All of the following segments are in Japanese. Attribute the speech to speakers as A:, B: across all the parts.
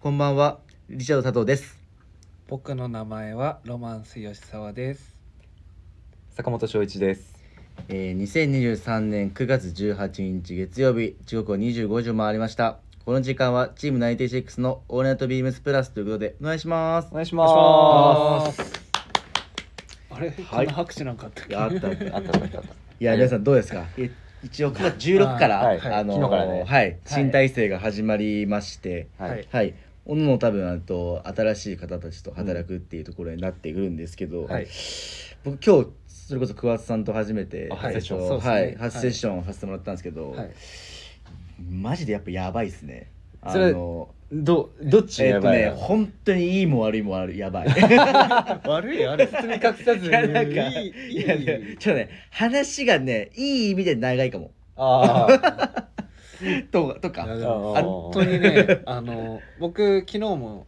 A: こんばんは、リチャード佐藤です。
B: 僕の名前はロマンス吉沢です。
C: 坂本翔一です。
A: えー、2023年9月18日月曜日、時刻は25時を回りました。この時間はチーム96のオールナイトビームスプラスということで、お願いします
C: お。願いし
B: あ
C: ます。
B: れ、こんな拍手なんかあった
A: い
B: っけ？
A: やあったあった
C: あったあったあった。
A: いや、皆さんどうですかえ一応9月16から、
C: はい
A: あのー
C: 昨日からね
A: はい、新体制が始まりまして、
C: はい。
B: はい
A: はい、おのおの多分あと新しい方たちと働くっていうところになってくるんですけど、
C: はい
A: 僕今日それこそ桑田さんと初めて、
C: あ初セッション
A: えっ
B: そ
A: と
B: うですね
A: は、
B: はいい
A: 初セッションをさせてもらったんですけど、
B: はい。
A: マジでやっぱやばいですね。あ
C: それ
A: の
C: どどっち
A: えっとね
C: やばいの
A: 本当にいいも悪いも悪いやば い。
B: 悪いあれ。包み隠さず
A: いやなんか
B: いいい
A: いやいや
B: い。
A: ちょっとね話がねいい意味で長いかも。
C: あ ー
A: とと
B: いや
A: か。
B: でも
C: あー
B: 本当にね、あの僕昨日も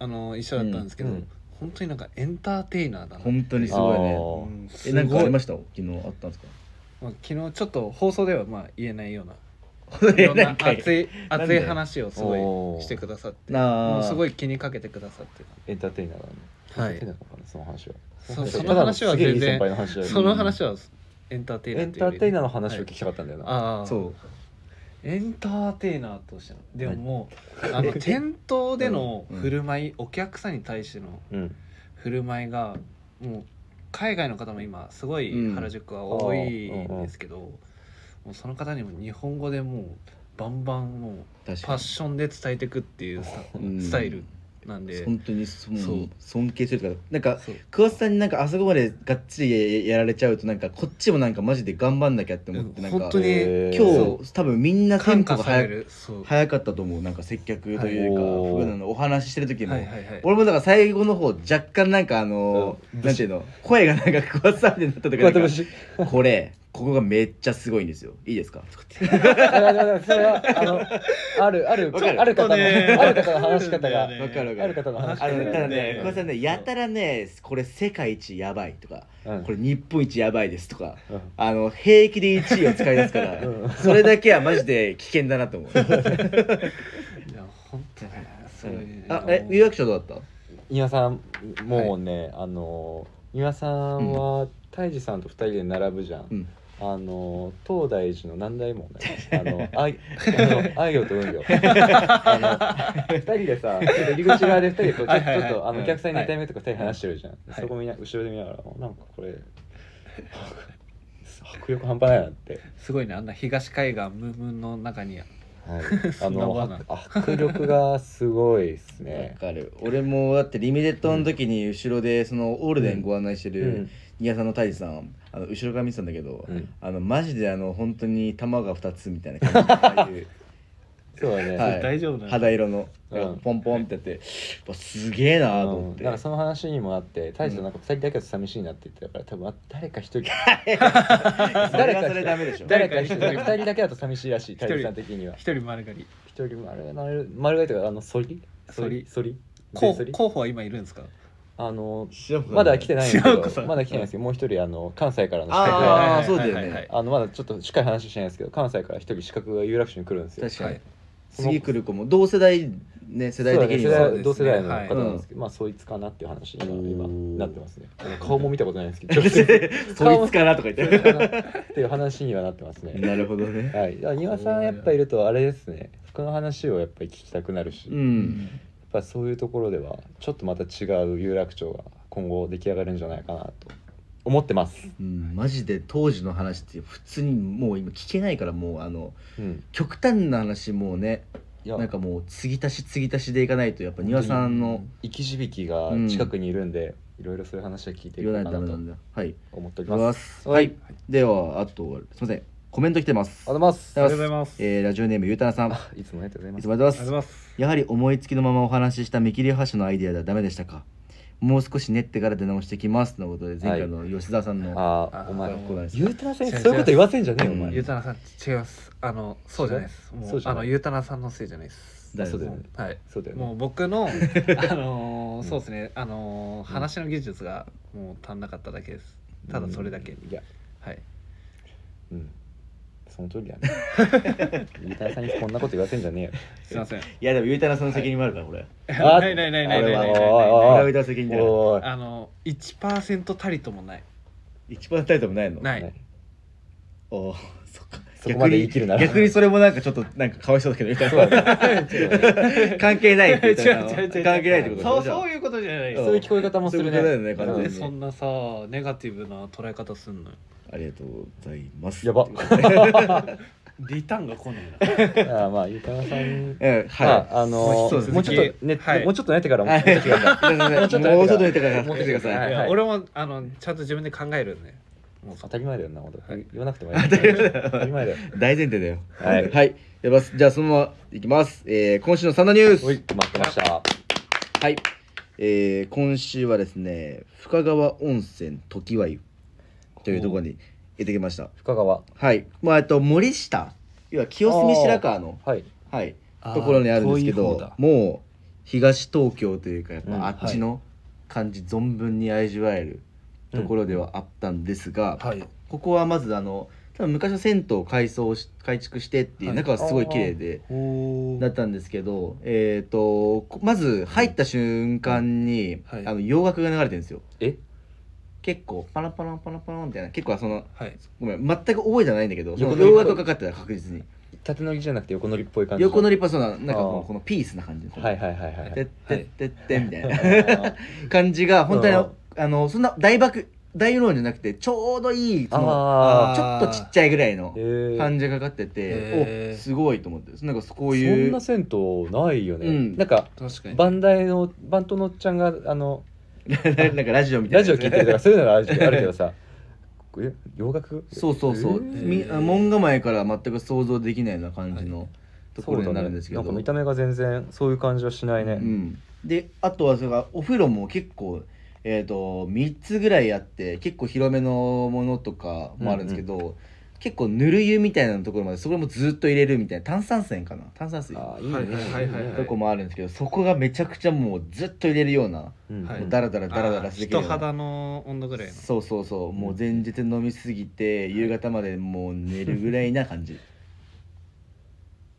B: あの一緒だったんですけど、
C: うんうん
B: 本当になんかエンターテイナーだな。
A: 本当にすごいね
C: あ。ー
B: うん
A: え
B: す
A: なんか
B: ご
A: あ
B: い。
A: り
B: ま
A: ました昨日あったんですか。
B: あ昨日ちょっと放送ではまあ言えないような。 いろんな熱い
A: なん
B: 熱
A: で
B: い話をすごいしてくださって、
A: な
B: もう
A: あ
B: すごい気にかけてくださって。
C: エンターテイナーだね。
B: はい
C: エンターテイナーなのかなその話は。
B: そ
A: そ
B: そ
A: の
B: の話は
C: すげえい
B: 全
C: い先
B: 然
C: 輩の話だよね
B: その話はエンターテイナ
C: エ
B: ー
C: ン
B: という
C: タ
B: より
C: ーテイナーの話を聞きたかったんだよな。
B: ああ
A: そう。
B: エンターテイナーとしてのでもも うあの店頭での
A: うん
B: 振る舞い、お客さんに対しての
C: うん。
B: 振る舞いがもう海外の方も今すご
A: う
B: い
A: ん
B: 原宿は多いんですけど、もうその方にも日本語でもうバンバンもう
A: 確
B: フ
A: か
B: ァッ
A: に
B: ションで伝えてくっていうスタ
A: うん
B: スタイルなんで、
A: 本当にそ
B: そ
A: の
B: う
A: 尊敬するとかなんか
B: そう
A: 桑田さんになんかあそこまでがっつりやられちゃうとなんかこっちもなんかマジで頑張んなきゃって思ってなんか
B: 本当に
C: へー
A: 今日多分みんなテン
B: 感
A: ポ
B: 化
A: が
B: さ
A: 早
B: れるそう
A: 早かったと思うなんか接客というか、
C: はい
A: 普段のお話ししてる時も、
B: はいはいはい
A: 俺もだから最後の方若干なんかあのー
C: うん
A: なんていうの声がなんか桑田さんでなった時
C: こうや
A: な
C: って
A: ん
C: も
A: か
C: し。
A: これここがめっちゃすごいんですよいいですか
C: あだからそれはあのあるある
A: わかる
C: ある方の
B: ちょっとね
C: ある方の話し方が
B: あるん
A: わ
B: だよね
A: かるわか
C: ある
A: る
C: 方の話し
A: あ
C: 方
A: の
C: が
A: ただ
B: ね
A: ね桑田さんねやたらねこれ世界一やばいとか
C: うん
A: これ日本一やばいですとか
C: うん
A: あの平気で1位を使い出すから、
C: うん
A: それだけはマジで危険だな と思う
B: いや本当にすごいね
A: あえ有楽町どうだっ
C: 丹羽さんもうね、あの丹羽さんは泰治さんと二人で並ぶじゃん、
A: うん
C: あの東大寺の何代もね あの愛あの愛よと運よあの二人でさちょっと入り口側で二人でこうちょ
B: はいはい
C: ちょ
B: はい
C: っとあの
B: うん
C: お客さんに2対目とか二人話してるじゃん、
B: い
C: そこみんな後ろで見ながらなんかこれ迫力半端ないなって。
B: すごいねあんな東海岸ムームンの中に
C: はい、
B: そ
C: あ
B: んなもんなん
C: の迫力がすごいで
A: たわ
C: す ね。
A: かる俺もだってリミテッドの時に後ろでそのオールデンご案内して
C: う
A: る
C: ん、
A: 宮さんの太一さんあの後ろから見てたんだけど、
C: うん
A: あのマジであの本当に玉が2つみたいな 感じああいう
C: そうだね。
A: はい
B: 大丈夫なの
A: 肌色の、
C: うん
A: ポンポンってやってわすげえなーと思っ
C: う
A: て、
C: ん、なんかその話にもあって大将なんか2人だけだと寂しいなって言ってたから多分あ誰か1人
A: 誰かそれダメでしょ
C: 誰か1人2人だけだと寂しいらしい大将さん的には
B: 一人丸刈り
C: 1人丸がる丸がいというかあのそりそりそり
B: 候
C: そり
B: 候補は今いるんですか
C: あの
A: 白子さん
C: まだ来てないんです
B: 違う子
C: け
B: さん
C: どまだ来てないんですけどもう1人あの関西からの資
B: はい
C: 格
B: はい
C: が
A: あ
B: は
A: あ
B: い
A: そうだよ
B: はいは
A: ね
B: い
C: あのまだちょっとしっかり話してないんですけど関西から1人資格が有楽町に来るんですよ
A: 確か
B: は
A: に、
B: い
A: 次来る子も同世代ね世代的に
C: そうだね
A: は
C: 世代同世代の方
A: そう
C: なん
A: で
C: ですすけど、まあそいつかなっていう話に
A: お
C: 今
A: ー
C: なってますね顔も見たことないんですけ
A: そ
C: ど
A: い
C: 直接
A: つかなとか言って
C: かなっていう話にはなってますね
A: なるほどね
C: はい丹羽さんやっぱいるとあれですね服の話をやっぱり聞きたくなるし、
A: う
C: やっ
A: ん
C: ぱそういうところではちょっとまた違う有楽町が今後出来上がるんじゃないかなと思ってます、
A: うんマジで当時の話って普通にもう今聞けないからもうあの
C: うん、
A: 極端な話もうね
C: いや
A: なんかもう継ぎ足し継ぎ足しでいかないとやっぱ庭さんの
C: 生き字引が近くにいるんで、いろいろそういう話は聞いてい
A: 言
C: こ
A: わ
C: う
A: な
C: か
A: いとダ
C: な
A: メな
C: と
A: んだはい
C: 思っており
A: は
C: ま
A: い
C: す
A: はいではあとすいませんコメント来てます
C: ありがとうございます
B: ありがとうございます
A: えーラジオネームゆうたなさんい
C: あいつもありがとうございます
A: つもありがとうございま
B: あり
A: す
B: がとうございます
A: やはり思いつきのままお話しした見切り発車のアイディアではダメでしたかもう少し練ってから出直してきますとのことで前回の吉田さんの、
C: あ
B: あ
C: あお前
B: ごめんなさ
C: ゆうたらさんにそういうこと言わせんじゃねえよお
A: うん
C: 前
B: ゆうたなさん違いますあのそうじゃないですも
C: そううじゃ
B: あ
C: ない
B: のゆうたなさんのせいじゃないです
A: だよね
B: もうはい
C: そうだよ
B: も
C: ね
B: う僕のあのーそうですねあのー話の技術がもう足んなかっただけですただそれだけ
C: いや
B: はい
C: うんその通りだ ねリーダーさんにこんなこと言わせんじゃね
B: すいません
A: いやでもゆうたらさんの責任もあるからこれ
C: えよ
B: ないないないないないないないない
A: こ
C: あ
A: れ
C: ー
A: はゆうたらの責任だから
C: おい
B: あの1%たりともない
A: 一番タイトルもないの
B: ない
C: ね
A: おーそっか
C: そこまで言い切るなら
A: 逆に逆にそれもなんかちょっとなんかかわいそうだけどゆうた
C: そう
A: ら
C: だね
A: さん関係ないって言ったら
B: 違う違う違う違う
A: 関係ないってこと
B: そう
A: でしょ
B: そういうことじゃない
C: そういう聞こえ方もするね
A: そういうことだよね
B: なん
A: 完
B: で
A: 全に
B: そんなさネガティブな捉え方すんのよ
A: ありがとうございます
C: やば
B: リターンが来ないな
C: ああまあゆうたなさん
A: ええはい
C: ああの
A: そうです
C: もうちょっとね、
B: はい
C: もうちょっと寝てからも
A: は
C: う
A: い
C: ちょっと寝てから
A: もうちょっと
C: も
A: も
C: う
A: う
C: ち
A: ち
C: ょ
A: ょっと
C: っと寝
A: 寝
C: て
A: て
C: か
A: からら
C: 持
A: 持
C: っ
A: ってて
C: き
A: きて
C: てく
A: く
C: だ
A: だ
C: さ
A: さい。
C: い
B: い
A: は
B: や
A: い
B: 俺もあのちゃんと自分で考えるんでもう
C: 当たり前だよな本当に言わなくてもいい
A: 当たり前だよ
C: 当たり前だよ
A: 大前提だよ。
C: はい
A: はい。やばすじゃあそのままいきます。えー、今週のサンダーニュース。
C: おい待ってました
A: はい。えー、今週はですね、深川温泉時わ湯というところに行ってきました。
C: 深川
A: はい。まあえっと森下、要は清澄白河の
C: はい
A: はいところにあるんですけ
B: 遠い方
A: ど
B: だ、
A: もう東東京というかやっ
C: うん
A: ぱあっちの感じ存分に味わえるところではあったんですが、
B: はい
A: ここはまずあの多分昔は銭湯を改装し改築してっていう
B: はい
A: 中はすごい綺麗で
B: お
A: だったんですけど、えっ、とこまず入った瞬間に、
B: はい
A: あの洋楽が流れてるんですよ
C: え
A: 結構パラパラパラパラみたいな結構その
B: はい
A: ごめん全く覚えてはないんだけどそ
C: 横
A: の
C: 乗りっぽい
A: 洋楽がかかってた確実に
C: 縦乗りじゃなくて横乗りっぽい感じ
A: 横乗
C: り
A: りパスななんかこ
C: あー
A: のこのピースな感じの
C: はいはいはいはい
A: てってってってみたいな、
C: あ
A: 感じが本当にあ
C: うん
A: のあのそんな大爆大ローンじゃなくてちょうどいいその
C: あ
A: ちょっとちっちゃいぐらいの
C: ーへえ
A: 感じがかかってて
B: へー
A: おすごいと思ってなんかこうい
C: そん
A: う
C: な銭湯ないよね、
A: うん
C: なんか
B: 確かに
C: バンダイのバントのおっちゃんがあの
A: なんかラジオみたい
C: ラ
A: な
C: ジオ聞いてるとかそういうのがあるあるけどさえ洋楽
A: そうそうそう、
C: えー
A: み
B: へー
A: 門構えから全く想像できないような感じのところ
C: そう
A: に
C: だ
A: な
C: ね
A: るんですけ
C: な
A: ど、
C: んか見た目が全然そういう感じはしないね、
A: うん、であとはそれがお風呂も結構えー、と3つぐらいあって結構広めのものとかもあるんですけど、結構ぬる湯みたいなところまでそこもずっと入れるみたいな炭酸泉かな炭酸水
C: ああいいね
B: はいはいはいはい
A: とこもあるんですけどそこがめちゃくちゃもうずっと入れるような、
C: うん
B: はい
A: もうダラダラダラダ
B: あ
A: ラ
B: ー
A: してくれるよ
B: 人
A: うな
B: 肌の温度ぐらいの
A: そうそうそうもう前日飲みすぎて、夕方までもう寝るぐらいな感じ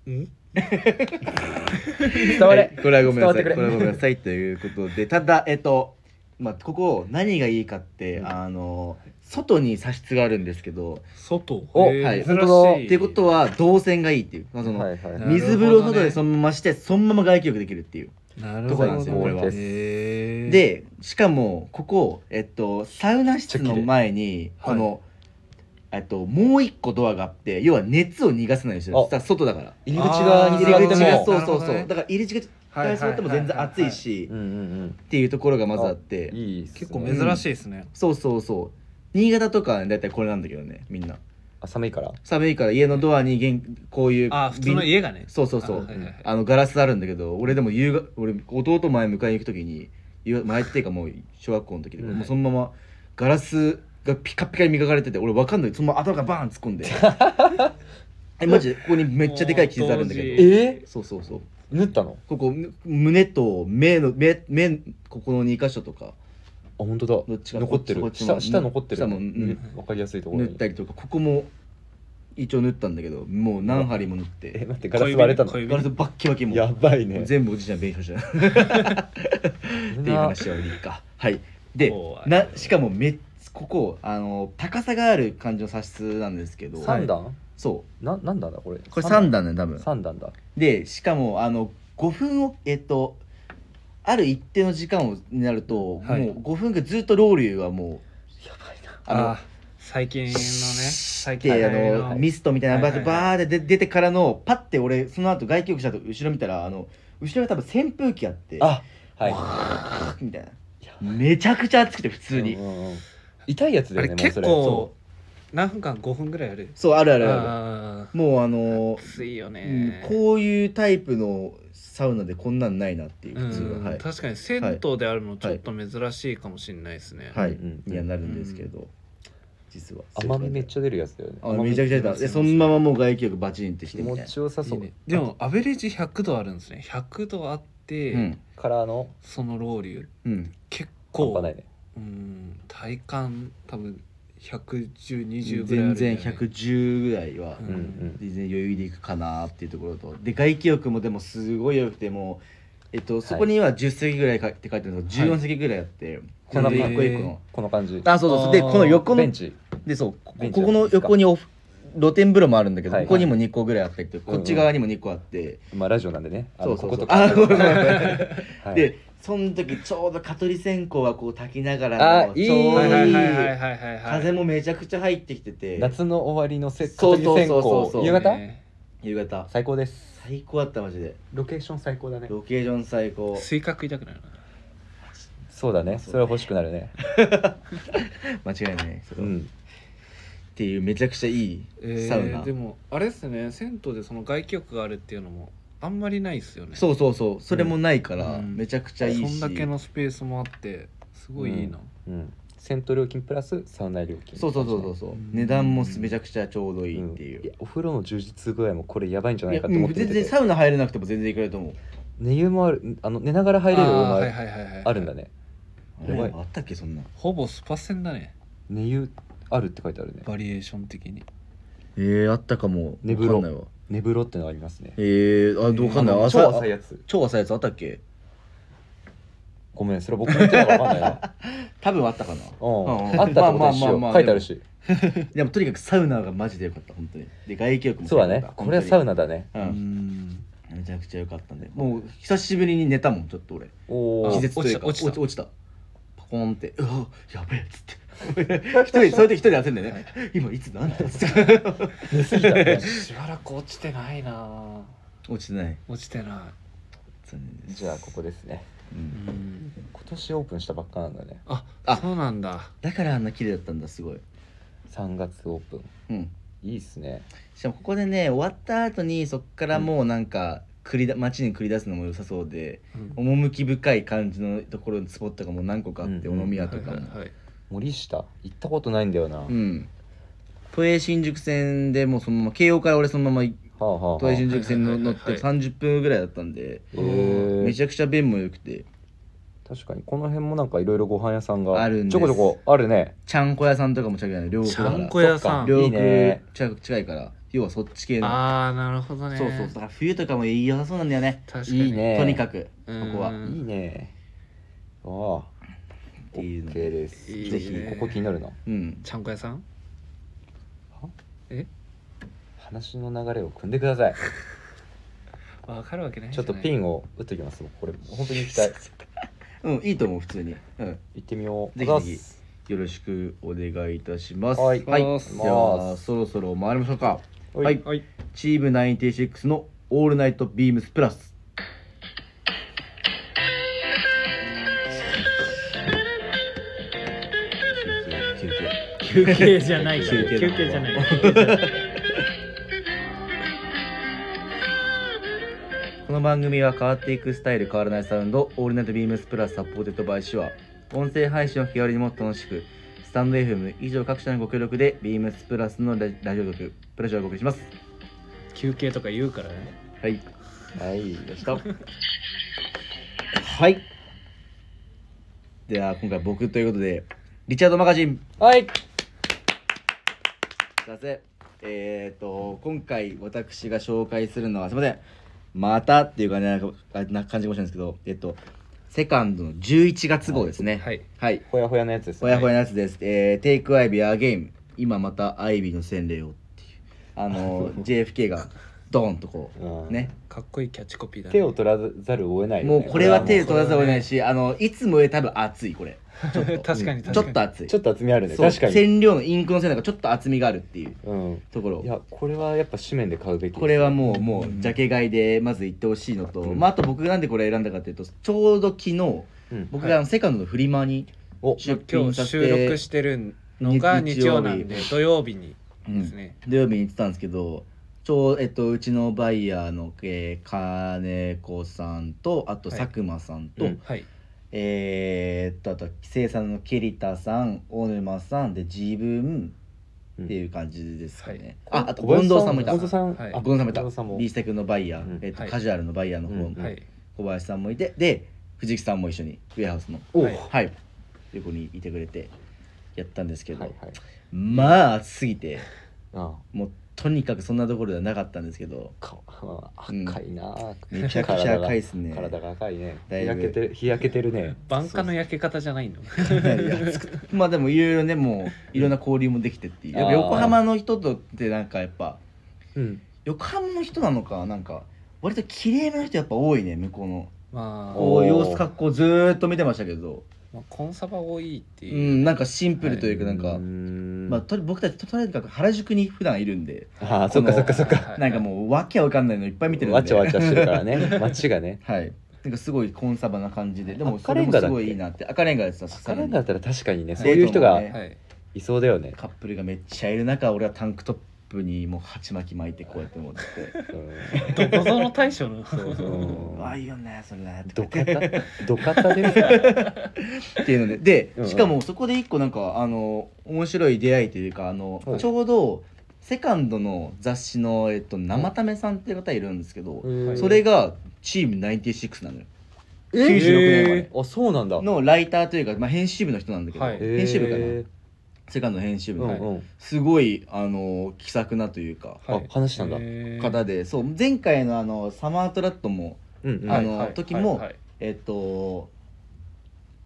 B: うん
C: 伝われ
A: はいこれはごめんなさい
C: 伝わってくれ
A: これはごめんなさいということでただえっとまあここ何がいいかって、あの外に差室があるんですけど、
B: 外
C: お
B: へー
A: はい
B: 珍し
C: 本当だ
A: っていうことは動線がいいっていう、まあその
C: はいはい
B: なるほどね
A: 水風呂を外でそのまましてそのまま外気浴できるっていう
B: なる
A: と
B: ほ
A: こ
B: ど
A: なんですよこれは
B: へー
A: でしかもここ、えっと、サウナ室の前に
B: は
A: こ
B: い
A: の、えっと、もう一個ドアがあって要は熱を逃がさないようにしてる
C: あ
A: さ外だから
C: 入り口側に
A: 入
C: 座
A: り
C: って
A: 口が
C: も
A: そうそう
B: なるほ
A: そ
B: ど
A: う、
B: ね
A: だから入り口
B: は
A: が
B: いはいはい
A: 座っても全然暑いし、
C: うんうん
A: っていうところがまずあっ
C: う
A: て
C: んいいっすね
B: 結構珍しいですね
A: そうそうそう新潟とか大体これなんだけどねみんな
C: あ寒いから
A: 寒いから家のドアにげんこういう
B: あー普通の
A: 瓶
B: 家がね
A: そうそうそう
B: あはいはいはい
A: あのガラスあるんだけど俺でも夕が俺弟前迎えに行く時に夕前っていうかもう小学校の時で、
C: うん
A: もうそのままガラスがピカピカに磨かれてて俺わかんないそのまま頭がバーン突っ込んでえマジでここにめっちゃでかい傷あるんだけ
B: も
A: ど
B: う当時
C: え
A: そうそうそう
C: 縫ったのあ
A: ここむ胸と目の目目ここの2箇所とか
C: 本当だ
A: どっちが
C: 残ってる
A: こっちこっち
C: 下
A: も
C: 下残ってる
A: 下もうん
C: わかりやすいところ
A: 塗っ
C: に
A: たりとかここも一応塗ったんだけどもう何針も塗っ
C: え
A: て
C: 待ってガラス割れたの
B: 小指
A: ガラスバッキバキもう
C: やばいね
A: 全部おじいちゃん弁償したっていう話はいい かはいで
B: おい
A: なしかもめっここあの高さがある感じの差室なんですけど
C: 三段、
A: そ
C: ななん段だこれ
A: うこれ3段ね多分
C: 三段だ
A: でしかもあの5分をえっとある一定の時間をになると、
B: はい
A: もう5分がずっとロウリュはもう
C: やばい
A: あ
C: な
A: の
B: あ最近のね最近
A: であ
B: 流行り
A: のミストみたいなバーってバーって出出てからのパッて俺その後外気浴したと後ろ見たらあの後ろが多分扇風機あって
C: あはい
A: パッみたいなめちゃくちゃ暑くて普通に、
C: うんうんうん痛いやつだ
B: あ
C: よ
B: れ
C: ね
B: 結
C: も
B: 構何分間5分ぐらいある
A: そうあるあるある
B: あ
A: もうあ
B: ー
A: の
B: 暑いよ
A: うん
B: ね
A: こういうタイプのサウナでこんなんないなっていう普通
B: うん
A: ははい
B: 確かに銭湯であるのちょっと珍しいかもしれないですね、
A: はい
C: うんうん
A: にはなるんですけど実は
C: それ甘みめっちゃ出るやつだよね
A: あめちゃくちゃ出たでそのままもう外気浴バチンってし
C: 気
A: てみ
C: 持
A: たいな
C: ちよさ
B: い
C: そ
B: いうねでもアベレージ100度あるんですね100度あって、
A: うん
C: からの
B: そのロウリュ
A: うん
B: 結
C: 半端
B: 構
C: ないね
B: うん体感多分11020ぐらいある
A: 全
B: んだ
A: 然
B: よね
A: 110ぐらいは
B: う
C: うんんうん
A: 全然余裕でいくかなっていうところとで外気浴もでもすごい良くてもう、えっと、そこには10席ぐらいかって書いてあるのが14席ぐらいあって、この一個一個の。
C: この感じ
A: あそうそうそうで
B: あー
A: この横
C: ベ
A: の
C: ンチ
A: でそうこ
C: ベンチ
A: ここの横にオフ露天風呂もあるんだけど、
C: はい
A: ここにも2個ぐらいあったりとか
C: うんう
A: こ
C: ん
A: っち側にも2個あって、
C: まあラジオなんでねあ
A: そ
C: の
A: うそう
C: こ
A: そ
C: こ
A: う
C: と
A: あ
C: か
A: ごめんごめんごめん
C: はい
A: でその時ちょうど蚊取り線香がこう炊きなが
C: あ
A: らの
C: いい
A: ちょうど
B: はいはいい
A: い
B: はいはいはいはい
A: 風もめちゃくちゃ入ってきてて
C: 夏の終わりのせっ
A: そう
C: か
A: そう
C: く線
A: そうそう
C: 香夕方
B: ね
A: 夕方
C: 最高です
A: 最高だったマジで
C: ロケーション最高だね
A: ロケーション最高
B: スイカ食いたくなるな
C: そうだね
A: そう
C: それは欲しくなるね
A: 間違いないそれ
C: う
A: はっ
C: ん
A: ていうめちゃくちゃいいサウナ、
B: でもあれですね銭湯でその外気浴があるっていうのもあんまりないですよね
A: そうそうそうそれもないから、
B: うん
A: めちゃくちゃいいし、
B: そんだけのスペースもあってすごいいいな、
C: うんセント料金プラスサウナ料金
A: そうそうそうそうそう、
B: うん
A: 値段もめちゃくちゃちょうどいいっていう、
C: んやお風呂の充実具合もこれやばいんじゃないい
A: や
C: か
A: う
C: と思っ
A: ん
C: て見
A: 全
C: て
A: 然
C: て
A: サウナ入れなくても全然いけると思う
C: 寝湯もあるあの寝ながら入れるお
B: あーは
C: 湯
B: い
C: も
B: はいはいはい
C: あるんだねやばい
A: あったっけそんなへ
B: ほぼスパ戦だね
C: 寝湯あるって書いてあるね
B: バリエーション的に
A: えあったかも
C: 寝風呂
A: わかんないわ
C: 寝風呂ってのありますね
A: えー、あどうわかんない
C: あの
A: 朝
C: 超浅いやつ
A: 超浅いやつあったっけ
C: ごめんそれ僕見てたから分かんないな
A: 多分あったかなうんうん
C: うんあったってことにしよう
A: まあまあまあまあ
C: 書いてあるし
A: でもとにかくサウナがマジでよかった本当にで外気浴も
C: そうだねこれはサウ
A: ナ
C: ナだね
A: う
B: うんん
A: めちゃくちゃ良かったんでもう久しぶりに寝たもんちょっと俺
C: お
B: あ
A: 気
C: お
A: 絶というか
B: 落ちた落ちた
A: 落ちたパコーンって「うわやべえ」っつって。一人 そういう時一人で焦るんだよね今いつなんだっつって
C: 寝すぎたね
B: しばらく落ちてないな
A: 落ちてない
B: 落ちてな
A: 残念です
C: じゃあここですね
A: う
B: い、うんん、
C: 今年オープンしたばっかなんだね
B: あ
A: あ
B: そうなんだ
A: だからあんな綺麗だったんだすごい
C: 3月オープン
A: うん
C: いいっすね
A: しかもここでね終わった後にそっからもうなんか繰りだ街に繰り出すのも良さそうで
B: うん
A: 趣深い感じのところにスポットがもう何個かあって、
C: うんうん
A: お飲み屋とかも、
B: はいはいはい
C: 森下行ったことないんだよな、は
A: うん都営新宿線でもうそのまま慶応から俺そのまま
C: あはあはあ
A: 都営新宿線の乗っ
B: はい
A: て
B: はいは
A: 30分ぐらいだったんで
C: えー
A: めちゃくちゃ便も良くて
C: 確かにこの辺もなんかいろいろご飯屋さんが
A: あるんです
C: ちょこちょこあるね
A: ちゃんこ屋さんとかも近いから両国だか
B: ちゃ
A: ら
B: んこ屋さん
C: そっか
A: 両
C: いい
A: 国
C: ね
A: 近く近いから要はそっち系の
B: ああなるほどね
A: そうそうだから冬とかも良さそうなんだよね
B: 確かに
C: いいね
A: とにかくこ
B: うん
A: こは
B: う
A: っ
B: ん
C: いいねああ
A: ていうの
C: OK です
B: いいね
C: ぜひここ気になるな
A: うん
B: ちゃんこ屋さん
C: は
B: え
C: 話の流れを組んでください
B: わかるわけない
C: ちょっとピ
B: ン
C: ンを打っときますこれ本当に行き たい
A: うんいいと思う普通にうん
C: 行ってみよう
A: ぜひぜひよろしくお願いいたします。
C: はい
A: はい、
B: お願いし
A: で
B: ます
A: はそろそろ参りましょうか。
C: は
A: はいい
B: はい
A: チーム96のオールナイトビームスプラス。
D: 休憩じゃないから休
A: 休憩だ
D: 憩じゃない休憩じゃない
A: この番組は変わっていくスタイル変わらないサウンドオールナイトビームスプラスサポーテッドバイシュア音声配信を気軽にもっと楽しくスタンド FM 以上各社のご協力でビームスプラスのララジオ局プラジオをお送りします
D: 休憩とか言うからね
A: はい
C: はい
A: でした。はい。では今回僕ということでリチャードマガジン
C: はい
A: だぜ。えっ、と今回私が紹介するのはすいません。またっていう感じなな感じかもしれないですけど、えっとセカンドの11月号ですね。
B: はい
A: は
B: はい。
A: い。
C: ほやほやのやつです
A: ほやほやのやつです。えー、テイクアイビーアゲイム今またアイビーの洗礼をっていうあの JFK がドーンとこ
C: うん
A: うね。
B: かっこいいキャッチコピーだね
C: 手を取らざるを得ないよ
A: も
C: ね
A: うこれは手
B: を
A: 取らざるを得ないし、あのいつもより多分熱いこれ。ちょっと
B: 確かに確かに
A: ちょっと熱い。
C: ちょっと厚みあるね
A: そう
C: 確かに
A: 染料のインクの線がちょっと厚みがあるっていう
C: うん
A: とこ
C: い
A: ろ。
C: やこれはやっぱ紙面で買うべき
A: これはもう
B: うん
A: もうジャケ買いでまず行ってほしいのと、
C: うん
A: まああと僕なんでこれ選んだかというとちょうど昨日
C: うん
A: 僕があのセカンドのフリマに
C: お
A: 出品
B: 今日
A: させ
B: 収
A: て
B: 録してるのが
A: 日
B: 日
A: 日曜
B: 曜
A: 日
B: なんで土曜日に
A: う
B: です
A: ん
B: ね、
A: 土曜日に行ってたんですけど。ちょうえっと、うちのバイヤーの、えー、金子さんとあと
B: はい
A: 佐久間さんと、
C: うん
B: はい
A: えーっとあと生産の桐田さん大沼さんで自分っていう感じですかね、
C: うん
A: ああと権藤さんもいた
C: 権藤さん
B: はい
A: あゴンさんもいた
C: ゴンさんも
A: リーステクのバイヤー、
C: うん
A: えっと
B: はい
A: カジュアルのバイヤーの方も、
C: うん
B: はい
A: 小林さんもいてで藤木さんも一緒にウェアハウスの
C: お
B: はい
A: はい横にいてくれていやったんですけど、
C: はいはい
A: まあ暑すぎて
C: あ
A: もうとにかくそんなところではなかったんですけど
C: あかあ赤いなあ、
A: めちゃくちゃ赤い
C: い
A: ですね
C: 体が赤いね
A: だい
C: 日
A: ぶ
C: 焼けてる日焼けてるね
D: 晩夏の焼け方じゃないの
A: かなり熱くてま あでもいろいろねもういろんな交流もできてっていうやっぱ
C: あー
A: 横浜の人とってなんかやっぱ
C: うん
A: 横浜の人なのかなんか割と綺麗めな人やっぱ多いね向こうの
B: まあ
A: こ
C: お
A: う
C: ー
A: 様子格好ずーっと見てましたけど
B: まあコンサバ多いって
A: う
B: いうん
A: なんかシンプルというかなんか、
C: うーん
A: まあ、とり僕たちとにかく原宿に普段いるんで
C: ああそっかそっかそっか
B: はい
A: なんかもうわけわかんないのいっぱい見てるんで
C: わちゃわちゃしてるから ね街がね
A: はいなんかすごいコンサバな感じででもそ
C: 赤
A: れ
C: レン
A: も
C: ガ
A: す
C: だっけ
A: ごいいいなって赤レンガです
C: カレンダーだったら確かにね
A: はい
C: そういう人が
A: そう
B: はい
C: いそうだよね
A: カップルがめっちゃいる中俺はタンクトップにもう鉢巻き巻いてこうやって持ってて
C: うん
D: どこぞの大将の
C: そう そう
A: 「 うわいいよねそれね」と
C: ド
A: か
C: カタドカタですか
A: っていうので
C: うんう
A: で
C: ん
A: しかもそこで一個なんかあの面白い出会いというかあの
C: はい
A: ちょうどセカンドの雑誌の、えっと、生ためさんっていう方いるんですけど、
C: うん
A: それがチーム96なのよ
C: え
A: 96年生まれ
C: あそうなんだ
A: のライターというか、まあ、編集部の人なんだけど、
B: はい
A: 編集部かな、
C: え
A: セカンドの編集
C: ー
A: 部
C: う
A: の、
C: んうん
A: すごいあの気さくなというか、
B: はい
C: あ話したんだ
B: へー
A: 方でそう前回のあのサマートラットも、
C: うんうん
A: あ
B: はい
A: の
B: はい
A: 時も
B: はいはい
A: えっと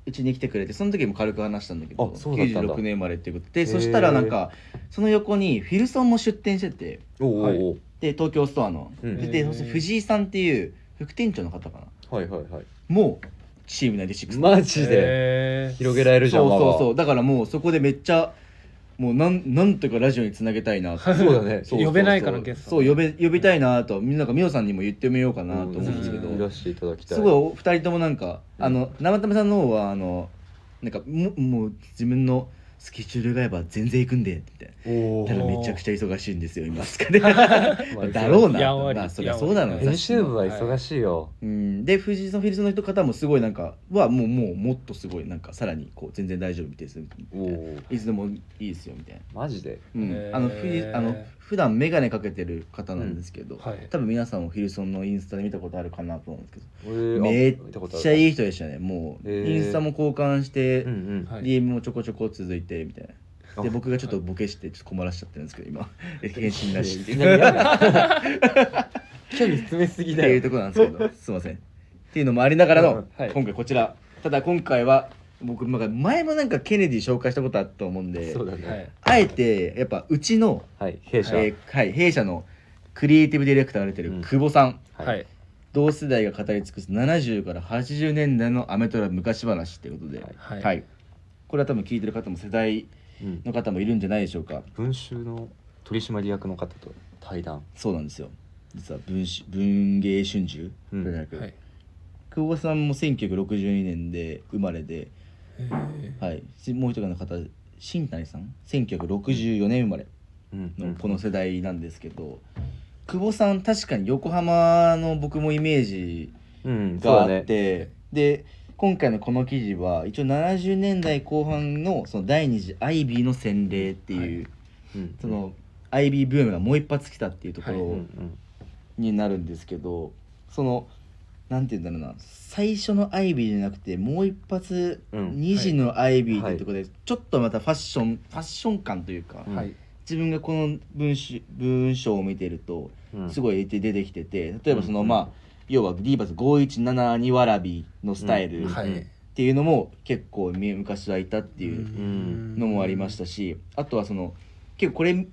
A: うちに来てくれてその時も軽く話したんだけど
C: あそうだったんだ
A: 96年生まれっていうことで
C: へー
A: そしたらなんかその横にフィルソンも出店してて
C: おうおうおう
A: で東京ストアの、
C: うん
A: で
B: へー
A: そして藤井さんっていう副店長の方かな
C: はいはいはい
A: もうチーム96
C: マジで
B: へー
C: 広げられるじゃん
A: そうそうそう
C: う
A: だからもうそこでめっちゃもうなんなんとかラジオにつなげたいなって
C: そう だね
A: そうそうそう
D: 呼べないからゲスト
A: そう呼べ呼びたいなとみんながミオさんにも言ってみようかなと思うんですけど、
C: いらしていただきたい
A: すごいお二人ともなんか、
C: うん
A: あの生田目さんの方はあのなんかももう自分のスケジュールが合えば全然行くんでみたいな。
C: お
A: ただ
C: ー
A: めちゃくちゃ忙しいんですよ今すかね だろうな
D: やんわり
A: まあそりゃそうだ
D: や
A: ろう
D: んわ
A: な
C: 編集部は忙しいよ
A: うんで藤井さんフィルスの人方もすごいなんかはもうもうもっとすごいなんかさらにこう全然大丈夫みたいですみたい
C: おお
A: ないつでもいいですよみたいな
C: マジで
A: うん
B: へ、ー
A: あのふいあの普段メガネかけてる方なんですけど、
B: んはい
A: 多分皆さんもフィルソンのインスタで見たことあるかなと思うんですけど、め
C: め
A: っちゃい
C: い
A: い人でしたねもう、
C: へー
A: インスタも交換して、
C: うんうん
B: はい
A: DM もちょこちょこ続いてみたいなで
C: あ
A: 僕がちょっとボケしてちょっと困らしちゃってるんですけど今返信な しっていう
C: いやいや距離詰めすぎ
A: って
C: だ
A: いう
C: よ
A: ところなんですけどすいませんっていうのもありながらの、
C: うん
B: はい
A: 今回こちらただ今回は僕なんか前もなんかケネディ紹介したことあったと思うんで
C: そうだ
B: は
C: ね
B: い
A: あえてやっぱうちの
C: はい弊社
A: えーはい、弊社のクリエイティブディレクターをやれてる
C: うん
A: 久保さん、
B: は
C: はい
B: い
A: 同世代が語り尽くす70から80年代のアメトラ昔話ということで、は
C: はいい
D: は
A: これは多分聞いてる方も世代
C: うん
A: の方もいるんじゃないでしょうか
C: 文集の取締役の方と対談
A: そうなんですよ実は文春文芸春秋、
C: うん
A: これだけ
B: はい
A: 久保さんも1962年で生まれで、
B: へー
A: はい、しもう一人の方新谷さん1964年生まれ
C: うんう
A: の
C: ん
A: この世代なんですけど、久保さん確かに横浜の僕もイメージ
C: うんそう
A: があ
C: だ
A: っ
C: ね
A: て、で今回のこの記事は一応70年代後半のその第二次アイビーの洗礼っていう、
C: うん
A: そのアイビーブームがもう一発来たっていうとこ
C: うんう
A: ろ
C: ん
A: になるんですけど、そのなんて言うんだろうな最初のアイビーじゃなくてもう一発
C: うん
A: 二次のアイビーっていうところで、ちょっとまたファッションファッション感というか、
C: うん
B: はい
A: 自分がこの文集文章を見てると
C: うん
A: すごい出てきてて例えばその、
C: うん
A: まあ要はディーバス517にわらびのスタイル、
C: うん
B: はい
A: っていうのも結構み昔はいたっていうんのもありましたし、あとはその結構これ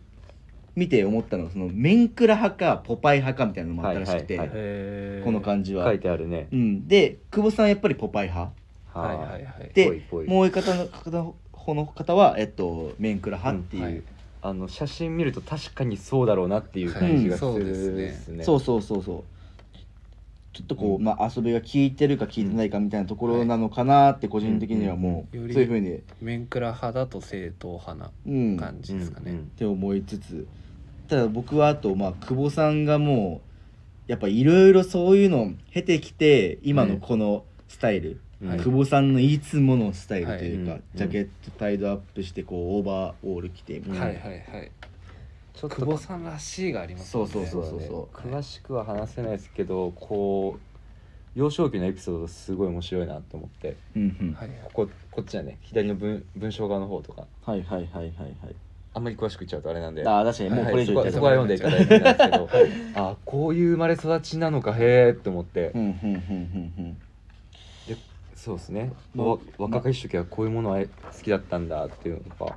A: 見て思ったのはそのメンクラ派かポパイ派かみたいなのもあったらしくて、
C: はいはい
B: へー
A: この感じは。
C: 書いてあるね
A: うん、で久保さんやっぱりポパイ派
B: はいはいはい
A: で
C: ぽいぽい
A: もう一方の方方の方は、えっと、メンクラ派っていう、
B: はい
C: あの写真見ると確かにそうだろうなっていう感じがするっすね
A: そうそうそうそうちょっとこう、
C: うん
A: まあ、遊びが効いてるか効いてないかみたいなところなのかなって個人的にはもう、
B: うんうんうん
A: そういうふうに、
B: メンクラ派だと正統派な
A: うん、
B: 感じですかね、
A: って思いつつただ僕はあとまあ久保さんがもうやっぱいろいろそういうのを経てきて今のこのスタイル、
C: うんうん
A: 久保さんのいつものスタイルというか、
C: はい
A: ジャケットタイドアップしてこうオーバーオール着てみたいな、
C: うん
B: はいはいはい
C: ちょっと
B: 久保さんらしいがあります
A: そうそうそう
C: そうだね
A: そう
C: 詳しくは話せないですけどこ幼少期のエピソードすごい面白いなと思って
A: うんうん
D: はい
C: こここっちはね左の文文章側の方とか
A: はいはいはいはいはい
C: あんまり詳しく言っちゃうとあれなんで。
A: あー確かにもうこれ以上言
C: は
A: っ
C: い、
A: た
C: そ
A: ら
C: こはそこは読んでいただいてなんですけどあこういう生まれ育ちなのかへえと思って、
A: うんうんうんうん
C: そうですね、
A: まあ
C: わ若かりし時はこういうものは好きだったんだっていうのとか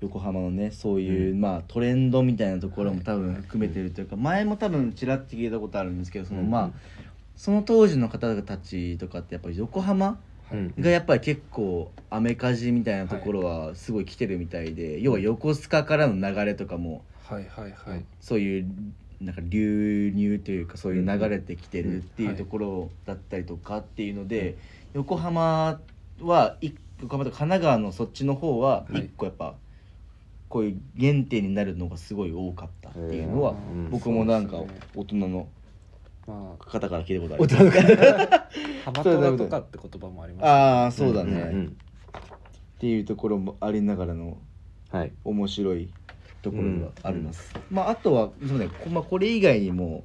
A: 横浜のねそういう、まあトレンドみたいなところも多分含めてるというか、前も多分ちらって聞いたことあるんですけどその、
C: うん
A: まあその当時の方たちとかってやっぱり横浜
C: うん
A: がやっぱり結構アメカジみたいなところはすごい来てるみたいで、要は横須賀からの流れとかも
B: はいはいはい
A: そういうなんか流入というかそういう流れてきてるっていうところだったりとかっていうので、
C: うんはい
A: 横浜はい横浜とか神奈川のそっちの方は
B: はい
A: 一個やっぱこういう原点になるのがすごい多かったっていうのは
B: へ
C: ーうん
A: 僕もなんか
B: そうですね
A: 大人の
B: まあ
A: 方から聞いたことある
C: 大人が
B: 浜虎とかって言葉もあります
A: ああそうだね、
C: んん
A: っていうところもありながらの
C: はい
A: 面白いところがあります、まああとはそう、ねこまあ、これ以外にも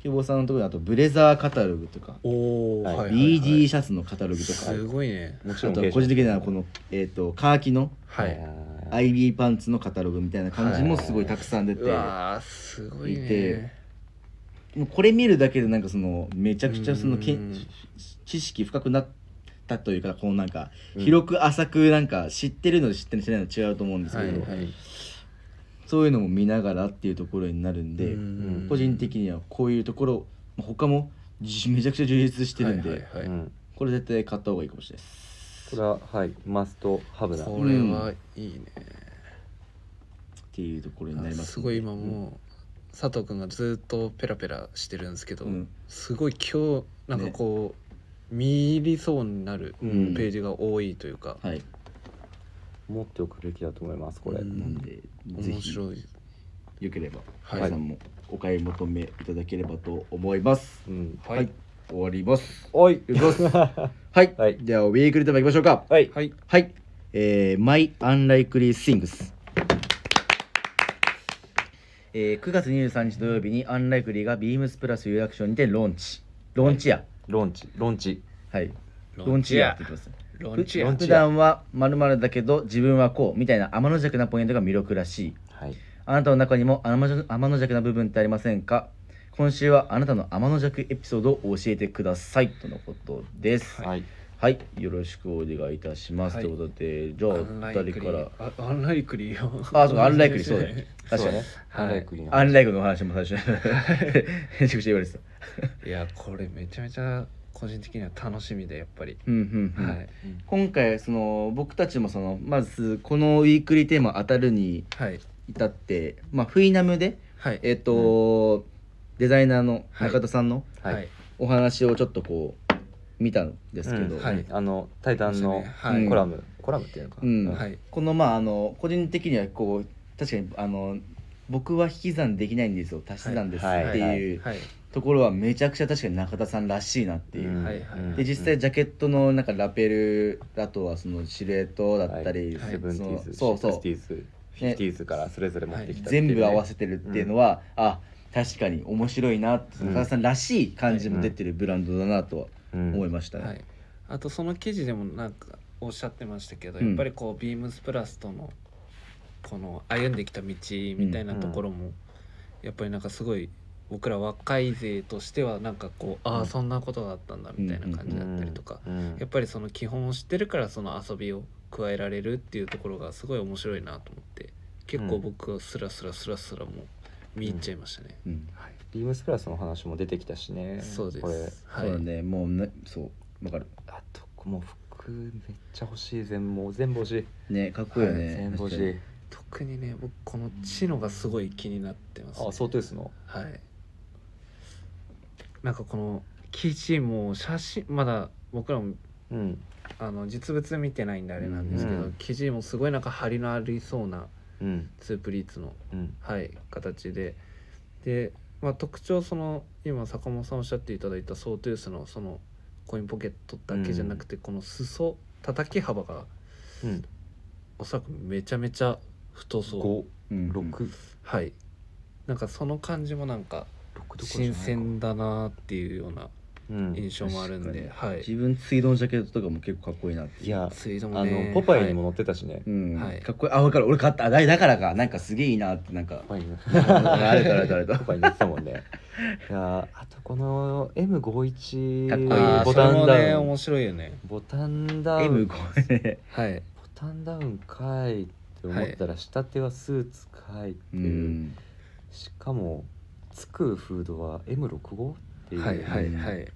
A: 久保さんのところにあとブレザーカタログとか
B: おお、
C: はい
B: はいはいはい
A: BG シャツのカタログとか
B: すごいね
C: もちろ
A: あ
C: ん
A: とは個人的にはこの、えー、とカーキの
B: はい
C: はい
A: IB パンツのカタログみたいな感じもすごいたくさん出て、
B: うわーすごい
A: いて
B: ね
A: もうこれ見るだけでなんかそのめちゃくちゃそのけ
B: うん
A: ん知識深くなったというかこのなんか
C: うん
A: 広く浅くなんか知ってるの知ってるの知らないの違うと思うんですけ
B: は
A: ど、
B: い
C: はい
A: そういうのも見ながらっていうところになるんで、
B: うん
A: 個人的にはこういうところまあ他もじめちゃくちゃ充実してるんで、
B: はいはいは
C: う
B: い
C: ん
A: これ絶対買った方がいいかもしれないです。
C: これははいマストハブな
B: これはいいね、
A: っていうところになりますんで。
B: すごい今もう佐藤君がずっとペラペラしてるんですけど、
A: うん
B: すごい今日なんかこう、見入りそうになる
C: う
A: うんん
B: ページが多いというか、
A: はい。
C: 持っておくべきだと思いますこれ、
B: うん
A: なんで、ぜ
B: 面
A: ひ
B: 白い
A: よければ、
B: はい
A: 皆さんもお買い求めいただければと思います。
C: うん
A: はい、終わります。
C: おい
A: はい、
C: はい
A: ではウィークリーテーマいきましょうか。
C: はい
B: はい
A: はい、えー、My Unlikely Things。えー、9月23日土曜日にアンライクリーがビームスプラス有楽町にてローンチローンチや
C: ローンチローンチ
A: はいロ
B: ロ
A: ー
B: ン
A: ンチ
B: チ
A: やっ
B: や
A: て言ってます
B: ロンチや
C: ロンチ
A: 普段はまるだけど自分はこうみたいな天の弱なポイントが魅力らしい
C: はい
A: あなたの中にも天の天の弱な部分ってありませんか今週はあなたの天の弱エピソードを教えてくださいとのことです。はい、
C: はい
A: よろしくお願いいたします。
B: はい
A: ということで、じゃあ
B: アンライク
A: 2
B: リ
A: 人から
B: ー。あアンライクリーよ
A: あ、そうか、アンライクリー、そうだね。確
C: そ
A: か
C: う
A: に。
C: ねアンライクリーな
A: アンライクの話も最初に。めちゃくちゃ言われてた。
B: いやこれめちゃめちゃ個人的には楽しみでやっぱり、
A: うんうんうん。
B: はい
A: 今回その僕たちもそのまずこのウィークリーテーマ当たるに
B: はい
A: 至って、まあフィーナムで
B: はい
A: えっ、と、デザイナーの中田さんの、
C: はい、
B: はい
A: お話をちょっとこう見たんですけど、
C: うん
B: はい
C: あの「タイタン」の
B: はい
C: コラム、コラムっていうのか、
A: うん
B: はい
A: このまああの個人的にはこう確かにあの僕は引き算できないんですよ足し算です
C: はい
A: っていう
B: はい
A: ところはめちゃくちゃ確かに中田さんらしいなっていう。
C: うん
B: はいはい
C: うん
A: で実際ジャケットのなんかラペルあとはそのシルエットだったり、
B: はい
C: セブンティーズ、
A: そのそうそう
C: ティーズ、フィフティーズからそれぞれ持ってきたっていうね、
A: 全部合わせてるっていうのは、あ確かに面白いなって
C: うん
A: 中田さんらしい感じも出てるブランドだなとは
C: うん、
A: 思いましたね。
B: はい、あとその記事でもなんかおっしゃってましたけど、
A: うん
B: やっぱりこうビームスプラスとのこの歩んできた道みたいなところも、やっぱりなんかすごい僕ら若い勢としてはなんかこう、
A: う
B: ああ
A: ん
B: そんなことだったんだみたいな感じだったりとか、
C: うん
B: やっぱりその基本を知ってるからその遊びを加えられるっていうところがすごい面白いなと思って結構僕はスラスラスラスラもう見入っちゃいましたね。
A: うん
B: はい
C: ビームスプラスの話も出てきたしね
B: そうで
C: これ
B: す。
A: そうだねもうねそうわかる
C: あともう服めっちゃ欲しい全部もう全部欲しい
A: ねかっこいいよね、
C: 全部欲し
A: 確かに
C: い
B: 特にね僕このチノがすごい気になってます、ね、
C: あそうですの
B: はいなんかこの記事も写真まだ僕らも
C: うん
B: あの実物見てないんであれなんですけど、
C: うん
B: 記事もすごいなんか張りのありそうな
C: うん
B: ツープリーツの、
C: うん
B: はい、形でで、まあ、特徴その今坂本さんおっしゃっていただいたソートゥースのそのコインポケットだけじゃなくて、この裾叩き幅が
C: うん
B: おそらくめちゃめちゃ太そう
C: 五
A: うん
C: 六
B: はいなんかその感じもなんか
C: 六
B: 新鮮だなっていうような
C: うんい
B: 印象もあるんで、
A: 確かに
B: はい
A: 自分水道のジャケットとかも結構かっこいいなっていう
C: や
B: 水道
C: あ
B: もね
C: のポパイにも載ってたしね、
A: うん、
B: はい
A: かっこいいあ分かる俺買ったあだだからかなんかすげえいいなってなん か
C: ポパイに
A: あれだあれだあれだ
C: ポパイに載ってたもんねいやあとこの M51
A: かっこいい
B: あー
C: ボタ
B: それ
C: ン
B: もね
C: ダウン、
D: 面白いよね
C: ボタンダウン
A: M
C: ボ
A: これ
B: はい、はい、
C: タンダウンかいって思ったら、下手はスーツかいって
A: う
C: いう、
A: ん
C: しかもつくフードは M65 っていう、
B: はいはいはい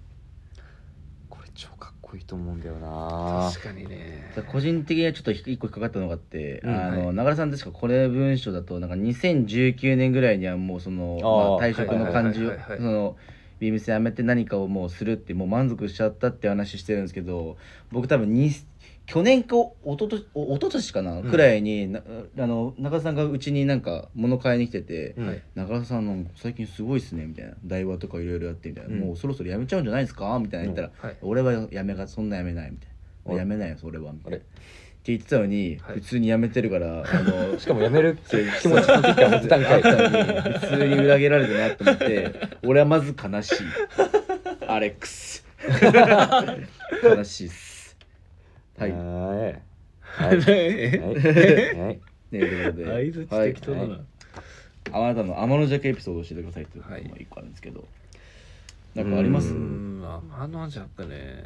C: これ超かっこいいと思うんだよな
B: 確かにね
A: 個人的にはちょっと一個引っかかったのがあって、
B: うん
A: あの
B: は
A: 長良さん確かこれ文章だとなんか2019年ぐららいにはもうその
C: あー
A: まあ、退職の感じを
B: はいはいはいはいはい
A: そのビームス辞めて何かをもうするってもう満足しちゃったって話してるんですけど僕多分に去年かおととおととしかな、
B: ん
A: くらいになあの中田さんがうちになんか物買いに来てて。
C: うん
B: はい
A: 中田さんの最近すごいっすねみたいな台話とかいろいろやってみたいな、
C: うん
A: もうそろそろやめちゃうんじゃないですかみたいな言ったら、
B: はい
A: 俺はやめがそんなやめないみたい
C: あ
A: な
C: れ
A: やめないよそれはみたいな
C: あれ
A: って言ってたのに、
B: はい
A: 普通にやめてるからあの
C: しかもやめるっていう気持ちの時は持ってたんか
A: あっ
C: い
A: たのに普通に裏切られたなと思って俺はまず悲しいアレックス悲しいっすはいね
D: は
C: はいはいいはい
A: ということで
B: 相づ
A: は
B: ち
A: い
B: 適当だな、
A: あなたの天の弱エピソードを教えてくださいというのも一個あるんですけど、なんかありま
B: う
A: す
B: ーん天の弱ね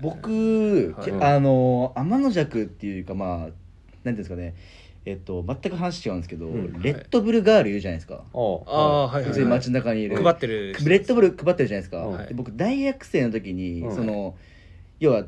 A: 僕、
B: はい
A: けあの天の弱っていうかまあなんていうんですかねえっと全く話違うんですけど、
C: うん
A: レッドブルガールいるじゃないですか、
C: おう
B: ああはい
A: 普
B: は
A: 通
B: い、
A: に
B: はい、
A: 街中にいる、
B: 配ってる
A: レッドブル配ってるじゃないですか、
C: はい
A: で僕大学生の時に、
C: うん
A: その要は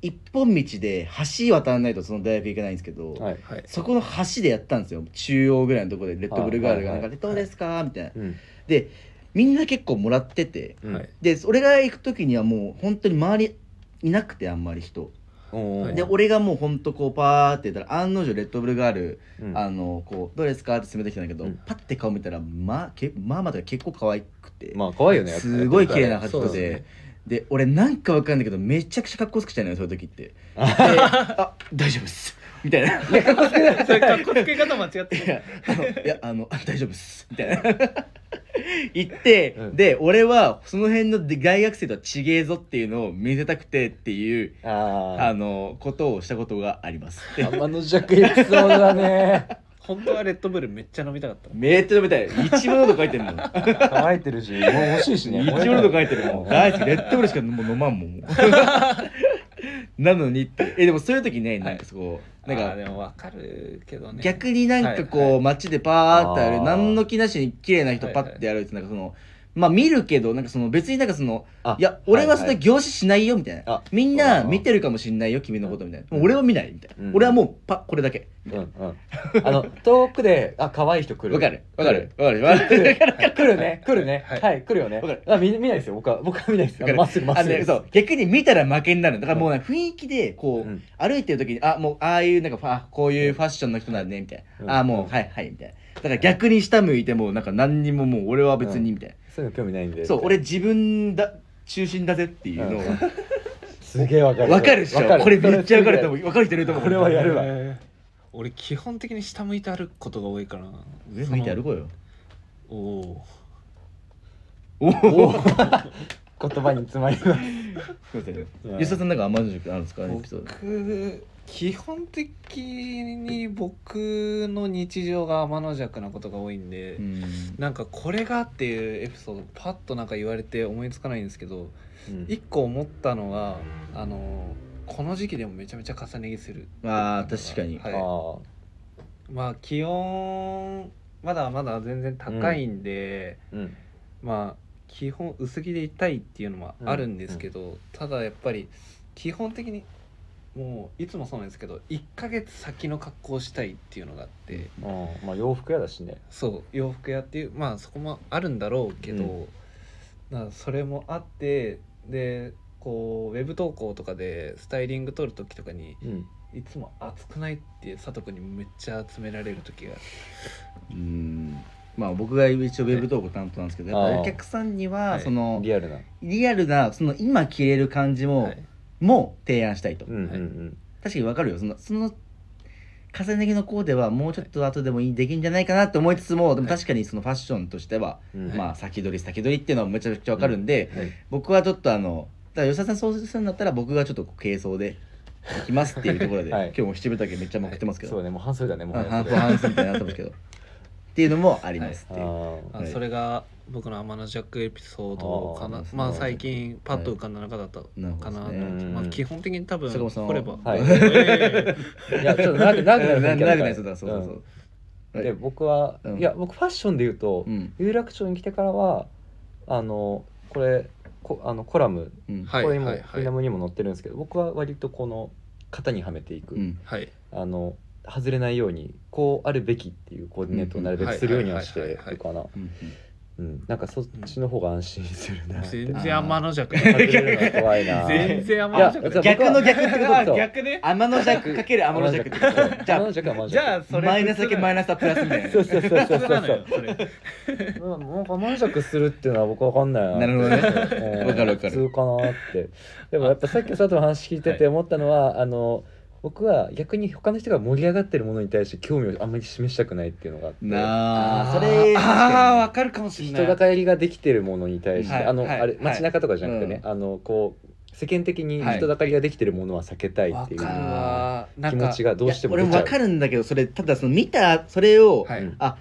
A: 一本道で橋渡らないとその大学行けないんですけど、
C: はい
B: はい
A: そこの橋でやったんですよ中央ぐらいのところでレッドブルガールが
C: は
A: ないん
C: は
A: か「
C: い
A: どうですか?」みたいな
C: うん
A: でみんな結構もらってて
C: うん
B: はい
A: で俺が行く時にはもう本当に周りいなくてあんまり人
C: おう
A: で俺がもうほんとこうパーって言ったら案の定レッドブルガール、
C: うん
A: あのこう「どうですか?」って進めてきたんだけど、
C: うん
A: パッて顔見たらまあけまあまあとか結構可愛くて、
C: まあ可愛いよね
A: すごい綺麗な
B: そ
A: 人
B: う
A: で
B: ですね
A: で,、俺なんかわかんないけどめちゃくちゃかっこつけちゃうのよそういう時ってで 「あ大丈夫っす」みたい な「いや
D: それかっこつけ方間違ってる
A: あのいやあのあ大丈夫っす」みたいな 言って、
C: うん
A: で俺はその辺の大学生とは違えぞっていうのを見せたくてっていうあ
C: あ
A: のことをしたことがあります。
C: あ天の弱エピソードだね
D: 本当はレッドブルめっちゃ飲みたかった
A: めっちゃ食べたい。一番のと書いてるもん。
C: 乾いてるしもう欲しいしね
A: 一応のと書いてるもん。大好き。レッドブルしかもう飲まんもん。なのにって。え、でもそういう時ね、なんかそこ、
D: な
A: なん
D: か
A: んか、
D: でもわかるけどね
A: 逆になんか
D: はい
A: こう街でパーってあ
C: あ
A: る
C: ー
A: 何の気なしに綺麗な人パッてやるってなんかそのまあ見るけどなんかその別になんかその
C: あ
A: いや俺はそんな
C: はい
A: 凝視しないよみたいな
C: あ
A: みん
C: そうだ
A: な
C: な
A: 見てるかもしんないよ君のことみたいな
C: うん
A: もう俺は見ないみたいな
C: うん
A: 俺はもうパッこれだけ
C: うんうんあの遠くであ可愛い人来る
A: わかるわかるわかるわかる
C: 来る来るね来るね
B: はい
C: はい来るよね
A: わかる
C: あ見見ないですよ僕は僕は見ないです
A: わ
C: よ
A: か
C: あ
A: る
C: のまっすぐ まっす
A: あのね
C: ぐ
A: そう逆に見たら負けになるだからもうなんか雰囲気でこう、
C: うん
A: 歩いてる時にあもうああいうなんかファこういうファッションの人なんだねみたいな、
C: うん
A: あもう、
C: うん
A: はいはいみたいなだから逆に下向いてもなんか何にももう俺は別にみたいな、
C: そういうの興味ないんで
A: そう俺自分だ中心だぜっていうのを、
C: うんすげえわかる
A: 分かるでしょ
C: わか
A: これめっちゃ分かると思う分かる人いると思う
C: これはやるわ
D: えー俺基本的に下向いて歩くことが多いから
A: 上向いて歩こうよ
D: おお
A: おお
C: 言葉に詰まります
A: すいません
C: うん
A: 吉田さんなんか甘じょくあるんですかエピソード
D: 僕基本的に僕の日常が天の弱なことが多いんで、
A: うん
D: なんかこれがっていうエピソードパッとなんか言われて思いつかないんですけど一個思ったのはあのこの時期でもめちゃめちゃ重ね着する
A: あー確かに
D: は
C: あ
D: い
C: ー
D: まあ気温まだまだ全然高いんで、
C: うん
D: まあ基本薄着でいたいっていうのもあるんですけど、ただやっぱり基本的にもういつもそうなんですけど1ヶ月先の格好をしたいっていうのがあって
C: うんまあ洋服屋だしね
D: そう洋服屋っていうまあそこもあるんだろうけど、
C: う
D: なそれもあってでこうウェブ投稿とかでスタイリング撮る時とかに
C: うん
D: いつも暑くないって佐藤君にめっちゃ詰められる時が
A: うんまあ僕が一応ウェブ投稿担当なんですけどやっぱお客さんに
D: は
A: はいその
C: リアルな
A: リアルなその今着れる感じも、
D: はい
A: も提案したいと、
C: うんうん
A: 確かにわかるよそのその重ね着のコーデはもうちょっと後でもいいできんじゃないかなって思いつつもでも確かにそのファッションとしては、
C: うん
A: まあ先取り先取りっていうのはめちゃくちゃわかるんで、
C: はい
A: 僕はちょっとあのだから吉田さんそうするんだったら僕がちょっとこう軽装で行きますっていうところで、
C: はい
A: 今日も七分丈めっちゃまくってますけど、
C: そうねもう半袖だねもう
A: あ半
C: 半
A: 分半分みたいになってますけどっていうのもありますっていう、
C: あ
B: あ
A: はい
B: それが僕の天のジャックエピソードか
A: あ
B: な
A: ー
B: まあ
A: そう
B: 最近パッと浮かんだ中だった
A: なるほ
B: か
A: ど
B: なと、
A: ですね
C: うん
B: まあ基本的に多分
A: 坂本さんは
B: これば、
C: はい
B: え
C: ーいやちょっと長く長くな
A: な
C: る
A: 長くないですだからそうそう
C: う
A: そ
C: ん
A: う、
C: で僕は、
A: うん
C: いや僕ファッションで言うと、
A: うん
C: 有楽町に来てからはあのこれこあのコラム、
A: うん
B: はい
C: これにも
B: はい
C: フィナムにも載ってるんですけど僕は割とこの型にはめていく、
A: うん
B: ーはい
C: あの外れないようにこうあるべきっていうコーディネートをなるべくするようにはして
B: うんうん
C: る
B: はいはいはいはい
C: かな、
A: うん
C: うん、なんかそっちの方が安心する なって、
B: 全
C: 外
B: 然天のジャック
C: れるのは 怖いな
B: 全然天
C: い
B: の
C: や
B: ジャッ
C: 僕
B: ク
C: は
A: 逆の逆ってこと
C: そ
B: あ
C: う
B: 逆ね
A: 天の弱かける天の弱ってこと じ
C: 天
A: ゃ
C: の弱は天の弱
B: あじゃあ
A: あ
B: それ
A: マイナスだけマイ
B: ナ
A: ナスはプラスみたいな
C: そうそうそうそう
B: ス
C: そ
B: な
C: う
B: の
C: そ
B: よ
C: う
B: それ
C: うんなんか満足するっていうのは僕わかんない
A: なるほどね
C: う ん
A: わかるわかる
C: 普通かなってでもやっぱさっきの佐藤の話聞いてて思ったのは、あの僕は逆に他の人が盛り上がってるものに対して興味をあんまり示したくないっていうのがあって
A: なあそれ
B: ああわかるかもしれない
C: 人だかりができてるものに対して、
A: はい
C: あの、
B: はい
C: あれ
B: はい
C: 街中とかじゃなくてね、
A: う
C: あのこう世間的に人だかりができてるものは避けたいっ
B: わ
C: ていう
B: かるわなん
C: 気
B: か
C: 持ちがどうしても
A: いや
C: 出
A: 俺
C: ちゃ
A: わ
C: う
A: かるんだけどそれただその見たそれを、
B: はい
C: うん
A: あ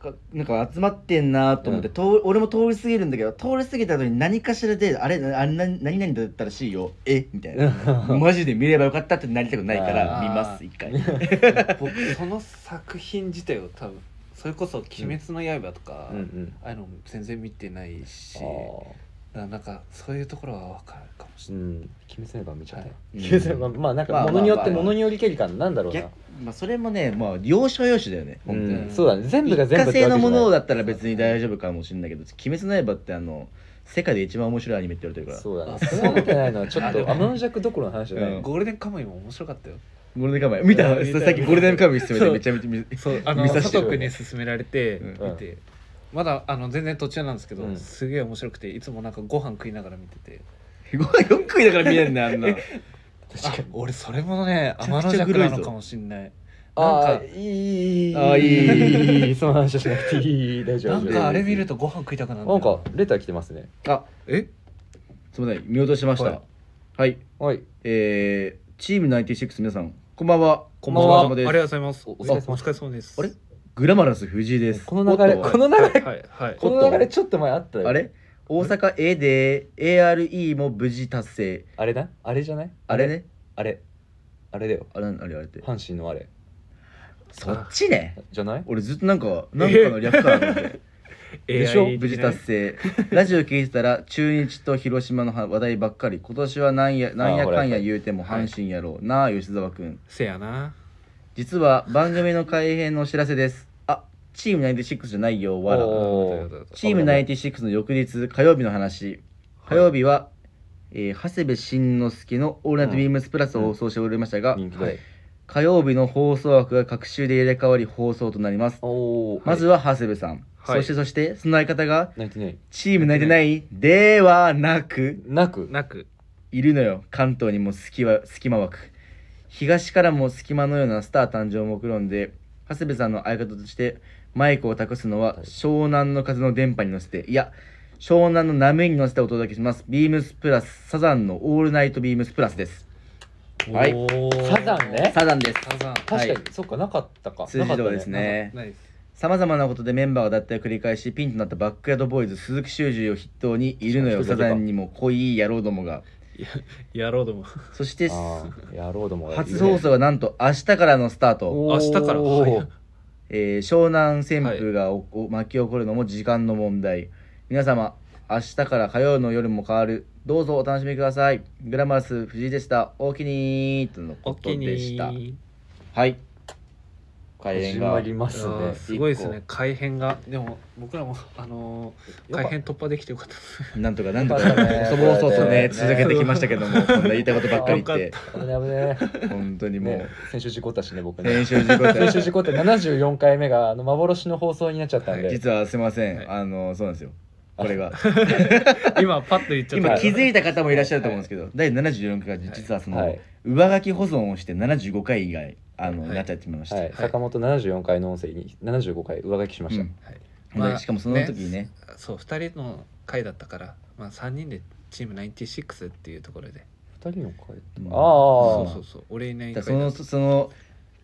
A: かなんか集まってんなと思って、
C: うん
A: 通俺も通り過ぎるんだけど通り過ぎた後に何かしらであれあな何々だったらしいよえみたいなマジで見ればよかったってなりたくないから
B: あー
A: 見ます一回
B: 僕その作品自体を多分それこそ「鬼滅の刃」とか、
C: うんうん
B: ああいうのも全然見てないし
C: あー
B: だからなんかそういうところは分かるかもし
C: う
B: れない、
C: ん決めせれば見ちゃった、
B: はい
A: うん
C: 決めせればまあなん
A: ま
C: か
A: あ
C: ものによって
A: まあまあ
C: ものによりけり感なんだろうな、
A: 逆まあそれもねまあ要所要所だよね
C: う
A: 本当に、
C: ん、そうだね全部が
A: 一
C: 全部
A: 過
C: っ
A: 性
C: てわけじゃな
A: の
C: い
A: ものだったら別に大丈夫かもしれないけど「鬼滅の刃」ってあの世界で一番面白いアニメって言われてるから
C: そうだ
B: あ
C: ねそれは見てないのはちょっ
B: あで
C: と
B: も
C: 天の弱どころの話じゃない、
A: うん
B: ゴールデンカムイも面白かったよ
A: ゴールデンカムイ見た
B: うん見た
A: そうさっきゴールデンカムイ勧めてめちゃめちゃ見
B: そうあの
A: 見さ
B: 佐
A: せて
B: 藤
A: もらう
B: 君に勧められて
A: うん
B: 見て、まだあの全然途中なんですけど、
C: うん
B: すげえ面白くていつもなんかご飯食いながら見てて
A: ご飯よく食いながら見えんねあんな
B: あ俺それもね
A: めちゃく
B: 天の
A: ちゃ
B: 弱
A: 黒いぞ
B: なのかもしれないなん
C: あ
B: か
C: あいいいいいい
A: あーいい
C: いいその話はしなくていいいい大丈夫
B: なんかあれ見る
C: と
B: とご飯食いたくなるんだ
C: な
B: よ
C: んかレター来てますね
A: あ
B: え
A: すみません見落としてました
C: は
A: はい
C: い、はい
A: えー、チーム96皆さんこんばんは
B: こんばんはあ
A: お疲
B: り
A: れ
B: が
A: 様
B: とう
A: です
B: ございますお
C: 疲れ様です
B: 疲れ様です
A: あれグラマラス藤井です
C: この流れ
A: おっと
C: この流れ
B: はいはい
C: この流れちょっと前あったよ
A: あれ大阪 A で ARE も無事達成
C: あれだあれじゃない
A: あれね
C: あれあれだよ
A: あれあれあれって
C: 阪神のあれ
A: そっちね
C: じゃない
A: 俺ずっとなんかなんかの略かなと思って
B: で
A: でしょ無事達成ラジオ聞いてたら中日と広島の話題ばっかり今年はなんやなんやかんや言うても阪神やろうなあ吉沢君
B: せやな
A: 実は番組の改編のお知らせです。あ、チーム96じゃないよ、わら。
C: お
B: どうぞどうぞ
A: チーム96の翌日、火曜日の話。火曜日は、えー長谷部慎之介の「オールナイトビームスプラス」を放送しておりましたが、
C: 人気だよ
A: 火曜日の放送枠が各週で入れ替わり放送となります。
C: おお
A: まずは長谷部さん、
B: は
A: そ
B: い
A: してそしてその相方が
C: 泣いてない
A: チーム泣いてないではなく
C: なく
B: なく
A: いるのよ関東にも隙は隙間枠東からも隙間のようなスター誕生を目論んで長谷部さんの相方としてマイクを託すのは湘南の風の電波に乗せていや湘南の波に乗せてお届けしますビームスプラスサザンのオールナイトビームスプラスですはい
B: おー
C: サザンね
A: サザンです
B: サザン
C: 確か
A: は
C: にそっかなかったか
A: 通
C: なか
A: じ
C: った
A: 通ですね
B: ないです
A: さまざまなことでメンバーが脱退を繰り返しピンとなったバックヤードボーイズ鈴木修二を筆頭にいるのよサザンにも濃い野郎どもが
B: やろうとも
A: そして
C: ああやろうどもがいいね
A: 初放送はなんと明日からのスタート
C: おー
B: 明日からはい
A: えー湘南旋風がおお巻き起こるのも時間の問題、皆様明日から火曜の夜も変わるどうぞお楽しみくださいグラマラス藤井でしたおおきにーとの
B: お
A: こ
B: 気
A: と
B: に入
A: で
B: り
A: したはい開演
C: 始
A: が
C: まります
B: あ
C: ね
B: ーすごいですね改編がでも僕らもあのー改編突破できてよかったです
A: なんとかなんと か
C: よかったね
A: 細々とね
C: ね
A: 続けてきましたけど もこんな言いたいことばっかり言って
C: 危ね危ね
A: 本当にも
C: ね
A: う
C: 先週事故ったしね僕ね
A: 編集事故だ
C: 先週事故って74回目があの幻の放送になっちゃったんで
A: 実はすいませ
B: はい
A: んあのそうなんですよこれ が
B: 今パッと言っちゃった
A: 今気づいた方もいらっしゃると思うんですけど第74回が実はその
C: はい
A: 上書き保存をして75回以外あの、
B: はい
A: なっちゃってみました、
C: はい、坂本74回の音声に75回上書きしま
A: う
C: した、
A: ん
B: まあ
A: でしかもその時にね
B: そう2人の回だったから、まあ、3人でチーム96っていうところで
C: 二人の回
A: うん
C: あ
B: そ
C: あ
B: うそうそう俺いない
A: だ
B: 回
A: か
B: だ
A: らそのその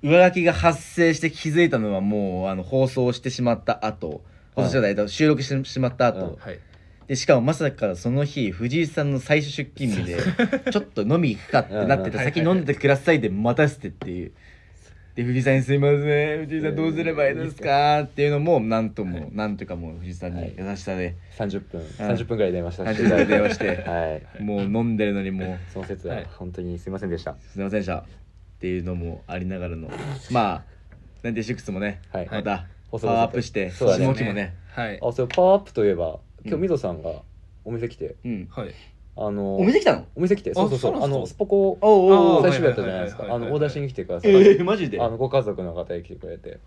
A: 上書きが発生して気づいたのはもうあの放送してしまった後放送してた間収録してしまった後、
C: うん
B: はい
A: でしかもまさかその日藤井さんの最初出勤日でちょっと飲み行くかってなって
C: うん
A: て
B: うん
A: 先飲んでてくださいで待たせてっていうで藤井さんに「すいません藤井さんどうすればいいですか?」っていうのもなんともなんとかもう藤井さんに優しさで
C: 30分30分ぐらい電話した
A: 30分電話して
C: はい
A: もう飲んでるのにもう
C: その説は
B: はい
C: 本当にすいませんでした
A: すいませんでしたっていうのもありながらのまあなんでシックスもね
C: はい、
A: またパ
C: 放送
A: ワーアップして
C: そうだね
A: 下期もね
B: はい
C: あそうパワーアップといえば今
A: うん
C: 日みぞさんがお店来て、
A: うん
B: はい
C: あの
A: お店来たの
C: お店来てそうそうそう
B: あ
C: あ
B: そうなん
C: の
B: です
C: スポコ
A: おうおうおう
C: 最終日やったじゃないです
B: は
C: か
B: いは
C: あ
B: いはいはいはい
C: のオーダーしに来てくださ
A: え
C: い
A: ーマジで
C: あのご家族の方に来てくれて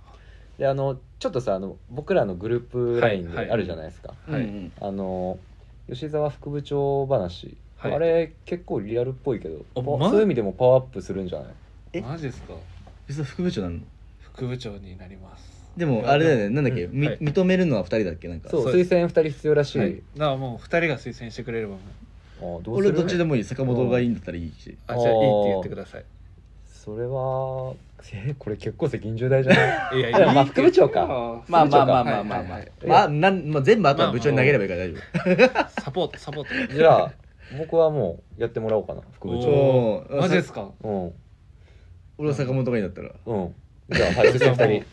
C: であのちょっとさあの僕らのグループ LINE
B: はい
C: で
B: はい
C: あるじゃないですか、
A: うんうん
C: あの吉沢副部長話、
B: はい
C: あれ結構リアルっぽいけど
B: あ
C: パ
B: ま
C: ワそういう意味でもパワーアップするんじゃない
A: え
B: マジですか
A: 実は副部長なの
B: 副部長になります
A: でもあれだよねなんだっけ、
B: うん
A: み
B: はい
A: 認めるのは2人だっけなんか
C: そう
B: そうで
C: 推
B: す
C: 薦2人必要らしい、
B: はいだからもう2人が推薦してくれればもう
C: あどうす
A: 俺
C: る
A: どっちでもいい坂本がいいんだったらいいし
B: あじゃあいいって言ってください
C: それはえこれ結構責任重大じゃない
B: いやい
C: でもまあ
B: いいって
C: 副部長か
A: まあまあまあまあ
B: はい
A: まあまあ、
B: はいはい
A: まあなんまあ、全部あとは部長に投げればいいから大丈
B: サポートサポート
C: じゃあ僕はもうやってもらおうかな副部
A: 夫、
B: あ
A: そうう
B: お
C: 長
A: ん
B: マジですか
C: うん
A: 俺は坂本がいいんだったら
C: うんじゃあはい推薦2
B: よ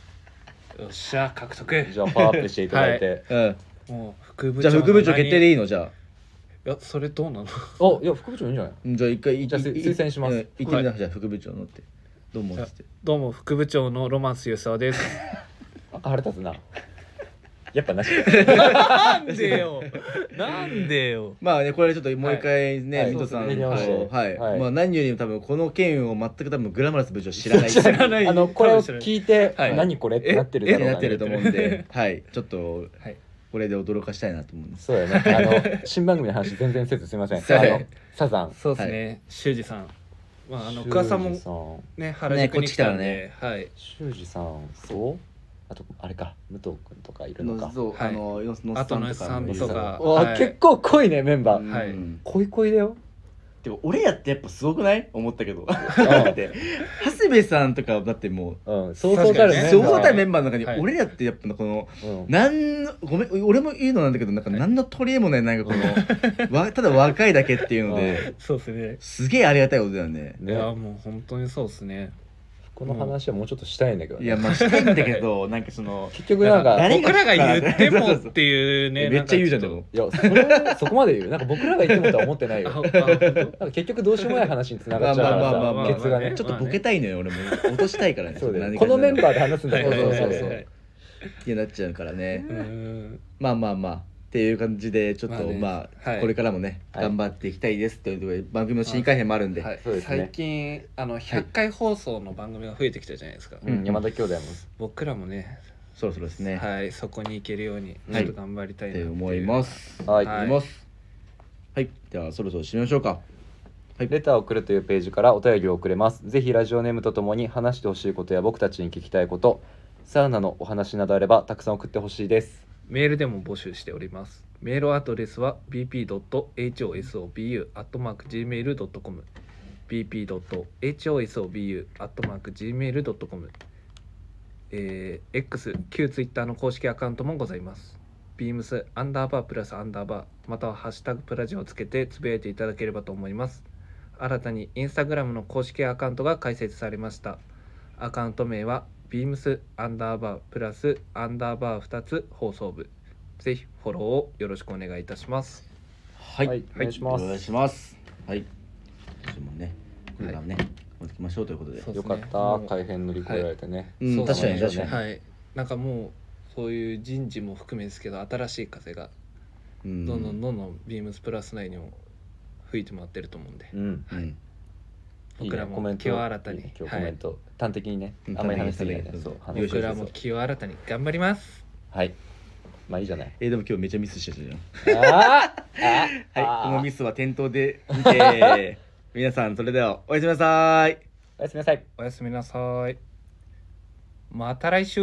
B: っしゃ獲得
C: 人じゃあパワーアップしていただいて、
A: うん
B: もう副部
A: じゃ
B: 長
A: あ副部長決定で
B: い
A: いいのじゃあ
B: やそれどうなの
C: あいや副部長いいんじゃない
A: うんじゃあ一回い
C: じゃあ
A: いい
C: 推薦します
A: うん行ってみな、じゃあ副部長のってどう思うっつって
B: どうも副部長のロマンス吉沢です
C: あ腹立つなやっぱなし
B: なんでよなんでよ
A: まあねこれちょっともう一回ね、
C: はい
A: 水戸さん
C: はい
A: の話をはい、
C: はい
A: まあ何よりも多分この件を全く多分グラマラス部長知らない
B: 知らない
C: あのこれを聞いて、
B: はい
C: 何これってなってるだ
A: っ
C: ろう
A: て
C: な
A: なってると思うんではいちょっと
B: はい
A: これで驚かしたいなと思うんです
C: そうだよねあの新番組の話全然せずすいません
A: そうだよ
C: あのサザン
B: そうですね修二さんまああの桑さんも
C: も
B: ね原宿に来たんで
A: ね
B: はい
C: 修二さんそうあとあれか武藤君とかいるのか
A: のそう、
B: はい
A: あののの
B: あとの
A: っさんとかもいる
B: のっさんとか
C: うわ
B: はい
C: 結構濃いねメンバー
B: はい
A: うん
C: 濃い濃いだよ
A: でも俺やってやっぱすごくない思ったけどだって長谷部さんとかだってもう
C: うんそうそうた
B: 確
C: る
B: かにね
C: メ
A: そ
C: ン
A: う
C: バー
A: そうたるメンバーの中に
B: はい
A: 俺やってやっぱこの
C: うん
A: なんのごめん俺も言うのなんだけどなんか
B: はい
A: 何の取り柄もないなんかこのわただ若いだけっていうので
B: そうです
A: す
B: ね
A: げえありがたいことだよね
B: いや
C: ね
B: もう本当にそうですね
C: この話はもうちょっとしたいんだけど
A: い
C: ね
A: やまあしたいんだけどなんかその
C: 結局なんか
A: 誰
B: 僕らが言って
A: そ
B: も
A: うそうそう
B: っていう ね
A: めっちゃ言うじゃんで
B: で
A: も
C: いやそれそこまで言うなんか僕らが言ってもとは思ってない
B: あ
C: よ
B: あ
C: なんか結局どうしようもない話につな
A: まあ
C: がっちゃう
A: まあ
C: か
A: まあまあ
B: ま
A: ま
B: あ
C: ら
A: あ
C: さケツがね
A: ちょっとボケたいのよ俺も落としたいからね
C: そうだよ
A: 何
C: ね
A: かし
C: こ
A: ら
C: のメンバーで話すんだ
A: そうそうそう
B: はいはい
A: そ
B: はいうはい
A: ってなっちゃうからね
B: うん
A: まあまあまあっていう感じでちょっ
B: まあ
A: と
B: ね
A: ま
B: は
A: あ
B: い
A: これからもね
C: はい
A: 頑張っていきたいですということで番組の新改編もあるんで
B: はい
C: そうですね
B: 最近あの100回放送の番組が増えてきたじゃないですか、
C: うん山田兄弟も
B: 僕らもね
A: そろそろですね
B: はいそこに行けるようにち
A: は
B: ょ
A: い
B: っと頑張りたい
A: っ
B: なって
A: て
B: いう
A: 思います
C: はい
A: 思いますはいではそろそろ締めましょうか
C: レターを送るというページからお便りを送れます。ぜひラジオネームとともに話してほしいことや僕たちに聞きたいこと、サウナのお話などあればたくさん送ってほしいです。
B: メールでも募集しております。メールアドレスは bp.hosobu.gmail.com bp.hosobu.gmail.com えー、X、旧 Twitter の公式アカウントもございます。beams アンダーバープラスアンダーバーまたはハッシュタグプラジオをつけてつぶやいていただければと思います。新たにインスタグラムの公式アカウントが開設されました。アカウント名は beams アンダーバープラスアンダーバー2つ放送部。ぜひフォローをよろしくお願いいたします。
A: はい
C: はいお願いします
A: お願いしますはい今年もねこれからもね頑張っていきましょうということで
B: そう
C: よ
B: です
C: か
B: ね
C: った、改編乗り越えられてね。
A: うん
B: そう
A: 確かに
C: そう
A: 確
C: だね
A: か
B: はい。なんかもうそういう人事も含めですけど、新しい風が
A: にうん
B: どんどんどんどんビームスプラス内にも吹いてもらってると思うんで、
C: うん。
A: うん
C: いいね
B: 僕らも
C: コメント
B: 気を新たに
C: いいね今日
B: は
C: コ
B: い
C: メント、端的にね
A: うん、
C: あんまり話しすぎないね
A: 端的。に。
C: そう、話し
B: 僕
C: すぎな
B: ら
C: い
B: も気を新たに頑張ります。
C: はい。まあいいじゃない
A: えーでも今日めっちゃミスしてたじゃん
C: あーあ
A: はい、この
C: ー
A: ミスは店頭で見て、皆さんそれではおやすみなさい。
E: おやすみなさい
B: おやすみなさいまた来週